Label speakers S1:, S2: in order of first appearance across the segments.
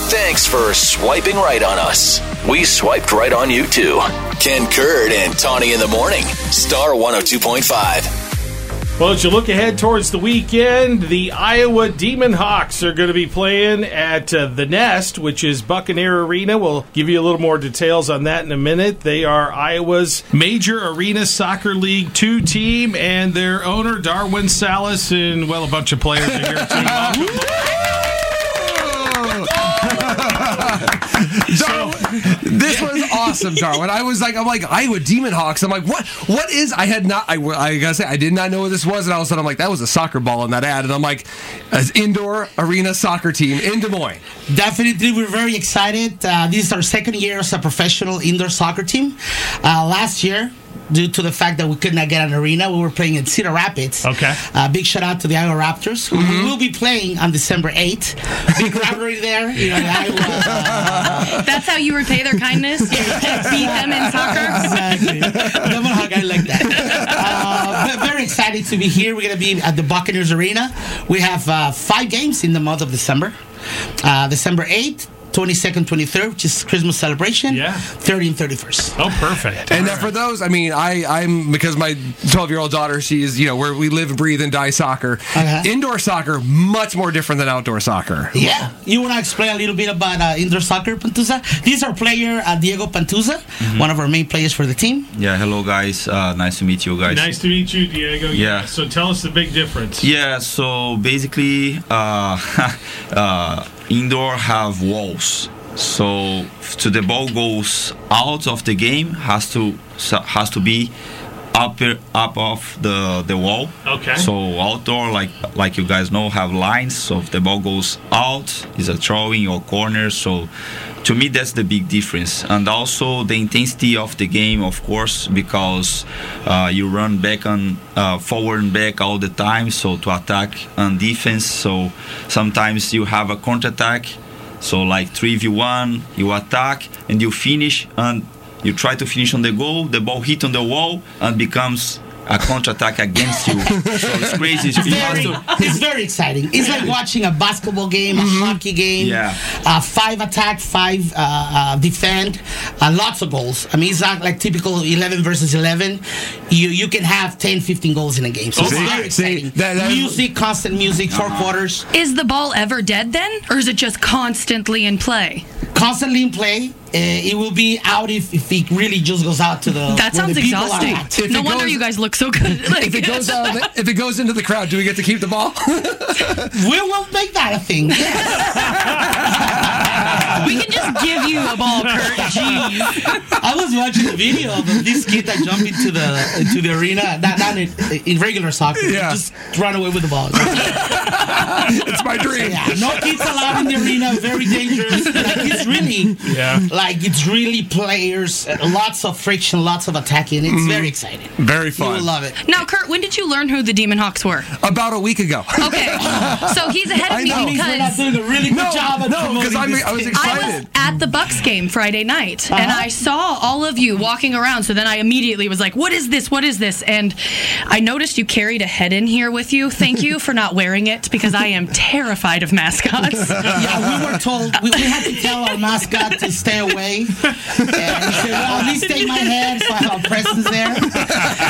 S1: Thanks for swiping right on us. We swiped right on you too. Ken Kurd and Tawny in the morning. Star 102.5.
S2: Well, as you look ahead towards the weekend, the Iowa Demon Hawks are going to be playing at uh, the Nest, which is Buccaneer Arena. We'll give you a little more details on that in a minute. They are Iowa's major arena soccer league two team, and their owner Darwin Salas and well, a bunch of players are here too.
S3: Darwin, this was awesome, Darwin. I was like, I'm like Iowa Demon Hawks. I'm like, what? What is? I had not. I, I gotta say, I did not know what this was, and all of a sudden, I'm like, that was a soccer ball in that ad, and I'm like, an indoor arena soccer team in Des Moines.
S4: Definitely, we're very excited. Uh, this is our second year as a professional indoor soccer team. Uh, last year, due to the fact that we could not get an arena, we were playing in Cedar Rapids.
S2: Okay.
S4: Uh, big shout out to the Iowa Raptors. who We will be playing on December 8th. Big rivalry there. You know, Iowa, uh,
S5: That's how you repay their kindness? You beat them in soccer?
S4: exactly. Lemon hog, I like that. Uh, but very excited to be here. We're going to be at the Buccaneers Arena. We have uh, five games in the month of December. Uh, December 8th, 22nd, 23rd, which is Christmas celebration.
S2: Yeah.
S4: 30th and 31st.
S2: Oh, perfect.
S3: And now for those, I mean, I I'm because my 12 year old daughter, she is you know where we live, breathe, and die soccer.
S4: Uh-huh.
S3: Indoor soccer much more different than outdoor soccer.
S4: Yeah. You want to explain a little bit about uh, indoor soccer, Pantuza? These are player uh, Diego Pantuza, one of our main players for the team.
S6: Yeah, hello guys. Uh, nice to meet you guys.
S2: Nice to meet you, Diego.
S6: Yeah.
S2: So tell us the big difference.
S6: Yeah, so basically, uh, uh, indoor have walls. So to the ball goes out of the game has to so- has to be up up off the the wall.
S2: Okay.
S6: So outdoor, like like you guys know, have lines. So if the ball goes out, is a throwing or corner. So to me, that's the big difference. And also the intensity of the game, of course, because uh, you run back and uh, forward and back all the time. So to attack and defense. So sometimes you have a counter attack. So like three v one, you attack and you finish and. You try to finish on the goal, the ball hit on the wall and becomes a counter attack against you. so it's crazy. You have
S4: very,
S6: to-
S4: it's very exciting. It's like watching a basketball game, a
S3: Mm-hmm.
S4: hockey game.
S6: Yeah.
S4: Uh, five attack, five uh, uh, defend, uh, lots of goals. I mean, it's not like typical 11 versus 11. You you can have 10, 15 goals in a game. So
S2: Oh
S4: it's
S2: my.
S4: very
S3: See,
S4: exciting.
S3: that- Uh-huh. that-
S4: music, constant music, 4 quarters,
S5: Is the ball ever dead then? Or is it just constantly in play?
S4: constantly in play. Uh, it will be out if, if it really just goes out to the.
S5: That
S4: when
S5: sounds
S4: the people are
S5: exhausting.
S4: out.
S3: If
S5: No
S3: it
S5: wonder
S3: goes-
S5: you guys look so good. Like,
S3: If it goes out, if it goes into the crowd, do we get to keep the ball?
S4: We will make that a thing. Yes.
S5: we can just give you a ball, Kurt. Jeez.
S4: I was watching a video of this kid that jumped into the into the arena, not, not in, in regular soccer,
S3: Yeah.
S4: just run away with the ball. yeah,
S3: it's my dream.
S4: no kids allowed in the arena, very dangerous. Like it's really,
S2: Yeah.
S4: like it's really players, uh, lots of friction, lots of attacking. It's very exciting.
S3: Very
S4: You
S3: Mm. fun.
S4: will love it.
S5: Now, Kurt, when did you learn who the Demon Hawks were?
S3: About a week ago.
S5: Okay. So he's ahead
S3: I
S5: of
S3: know.
S5: me
S4: We're not
S5: Oh. because.
S4: doing a really good
S3: No,
S4: job at
S3: no,
S4: promoting
S3: because I'm-
S4: this
S3: I was
S4: kid.
S3: excited. Uh-huh.
S5: I was at the Bucks game Friday night and I saw all of you walking around. So then I immediately was like, "What is this? What is this?" And I noticed you carried a head in here with you. Thank you for not wearing it because I am terrified of mascots.
S4: Yeah, we were told we, we had to tell our mascot to stay away. And he said, "Well, at least take my hand so I have a presence there."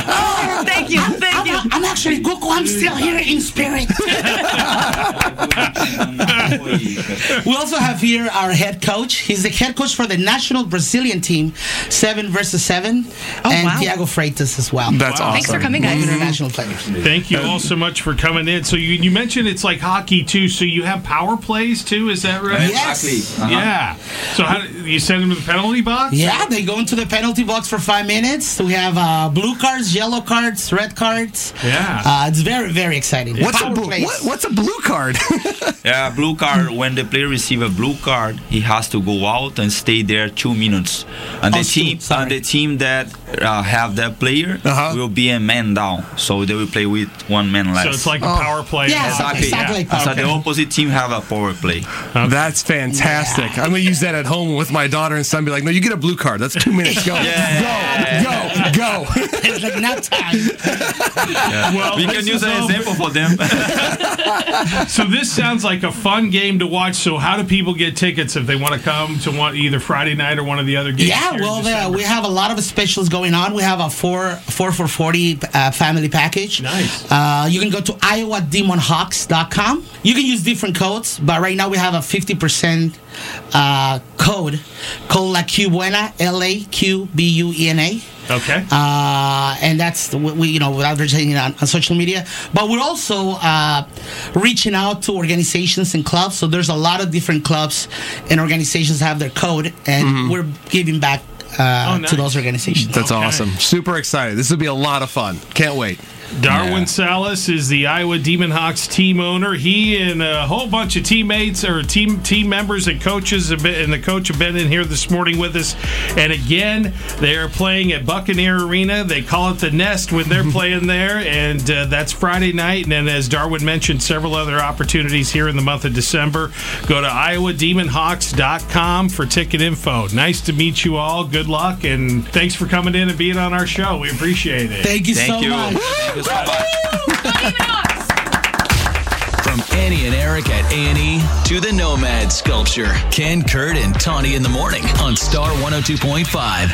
S5: oh, thank you, thank you.
S4: I'm, I'm actually Goku. I'm still here in spirit. We also have here our head coach. He's the head coach for the national Brazilian team, seven versus seven, and
S5: wow.
S4: Thiago Freitas as well.
S3: That's awesome.
S5: Thanks for coming, guys.
S4: international players.
S2: Thank you all so much for coming in. So you, you mentioned it's like hockey too. So you have power plays too. Is that right?
S4: Yeah.
S6: Exactly. Uh-huh.
S2: Yeah. So how do- you send them to the penalty box?
S4: Yeah, they go into the penalty box for five minutes. We have uh, blue cards, yellow cards, red cards.
S2: Yeah.
S4: Uh, it's very, very exciting.
S3: What's a
S4: Power
S3: blue,
S4: plays.
S3: what, what's a blue card?
S6: Yeah, blue card. When the player receive a blue card, he has to to go out and stay there two minutes. And
S4: Oh,
S6: the
S4: two,
S6: team,
S4: sorry.
S6: and the team that uh, have that player
S3: Uh-huh.
S6: will be a man down, so they will play with one man less.
S2: So it's like a power play.
S4: Yeah,
S6: Exactly.
S4: Exactly.
S6: Yeah. So
S4: Okay.
S6: the opposite team have a power play.
S3: That's fantastic. I'm gonna use that at home with my daughter and son. Be like, no, you get a blue card. That's two minutes. Go, go, go, go.
S4: It's like not time.
S2: Well,
S6: we
S2: this
S6: can use
S2: is
S6: an
S2: all-
S6: example for them.
S2: So this sounds like a fun game to watch. So how do people get tickets if they want to come to one either Friday night or one of the other games?
S4: Yeah,
S2: here in
S4: well, uh,
S2: December?
S4: we have a lot of specials going on. We have a four four for forty uh, family package.
S2: Nice.
S4: Uh, you can go to iowademonhawks.com. You can use different codes, but right now we have a fifty percent uh, code called La Cubuena L A Q B U E N A.
S2: okay.
S4: Uh, and that's the- we, we, you know, we're advertising it on, on social media, but we're also uh, reaching out to organizations and clubs. So there's a lot of different clubs and organizations have their code, and we're giving back uh,
S2: Oh,
S4: to
S2: nice.
S4: those organizations.
S3: That's
S2: Okay.
S3: awesome. Super excited. This will be a lot of fun. Can't wait.
S2: Darwin
S6: Yeah.
S2: Salas is the Iowa Demon Hawks team owner. He and a whole bunch of teammates or team team members and coaches have been, and the coach have been in here this morning with us. And again, they are playing at Buccaneer Arena. They call it the Nest when they're playing there, and uh, that's Friday night. And then, as Darwin mentioned, several other opportunities here in the month of December. Go to iowademonhawks.com for ticket info. Nice to meet you all. Good luck, and thanks for coming in and being on our show. We appreciate it.
S4: Thank you
S6: Thank
S4: so
S6: you.
S4: much.
S6: Thank you so much.
S1: From Annie and Eric at A&E to the oh Nomad Sculpture. Ken Kurt and Tawny in the morning on Star 102.5.